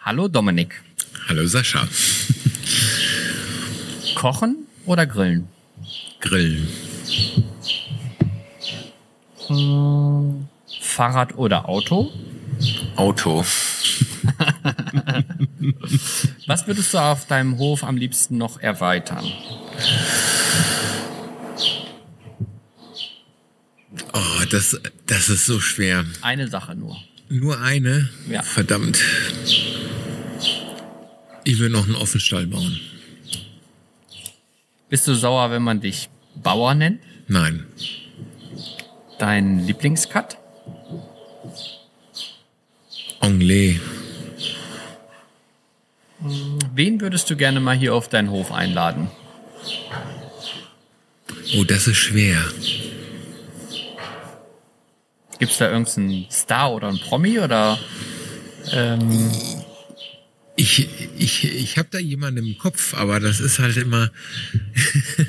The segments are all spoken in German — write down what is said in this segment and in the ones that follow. Hallo Dominik. Hallo Sascha. Kochen oder grillen? Grillen. Fahrrad oder Auto? Auto. Was würdest du auf deinem Hof am liebsten noch erweitern? Oh, das, das ist so schwer. Eine Sache nur. Nur eine? Ja. Verdammt. Ich will noch einen Offenstall bauen. Bist du sauer, wenn man dich Bauer nennt? Nein. Dein Lieblingscut? Anglais. Wen würdest du gerne mal hier auf deinen Hof einladen? Oh, das ist schwer. Gibt es da irgendeinen Star oder einen Promi oder ähm, Ich, ich, ich habe da jemanden im Kopf, aber das ist halt immer.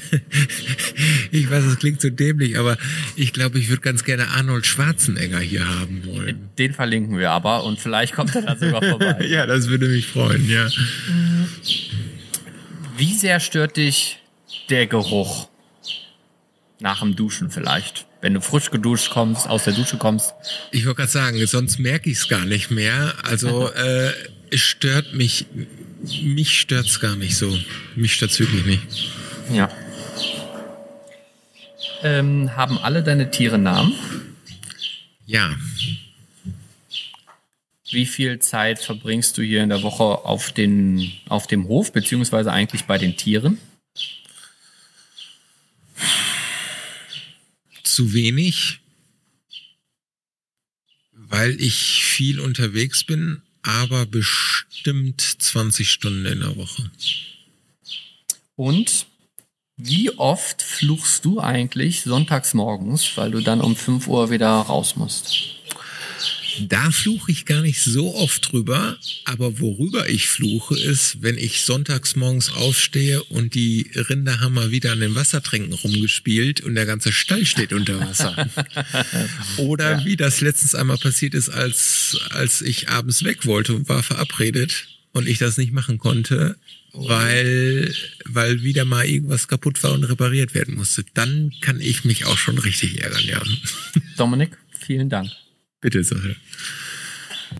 ich weiß, es klingt so dämlich, aber ich glaube, ich würde ganz gerne Arnold Schwarzenegger hier haben wollen. den verlinken wir aber und vielleicht kommt er da sogar vorbei. Ja, das würde mich freuen, ja. Wie sehr stört dich der Geruch? Nach dem Duschen vielleicht. Wenn du frisch geduscht kommst, aus der Dusche kommst. Ich wollte gerade sagen, sonst merke ich es gar nicht mehr. Also äh, es stört mich, mich stört's gar nicht so. Mich stört's wirklich nicht. Ja. Ähm, haben alle deine Tiere Namen? Ja, Wie viel Zeit verbringst du hier in der Woche auf, den, auf dem Hof, beziehungsweise eigentlich bei den Tieren? zu wenig, weil ich viel unterwegs bin, aber bestimmt 20 Stunden in der Woche. Und wie oft fluchst du eigentlich sonntags morgens, weil du dann um 5 Uhr wieder raus musst? Da fluche ich gar nicht so oft drüber, aber worüber ich fluche ist, wenn ich sonntags morgens aufstehe und die Rinder haben mal wieder an den Wassertränken rumgespielt und der ganze Stall steht unter Wasser. Oder wie das letztens einmal passiert ist, als, als ich abends weg wollte und war verabredet und ich das nicht machen konnte, weil, weil wieder mal irgendwas kaputt war und repariert werden musste. Dann kann ich mich auch schon richtig ärgern, ja. Dominik, vielen Dank. Bitte, Sache.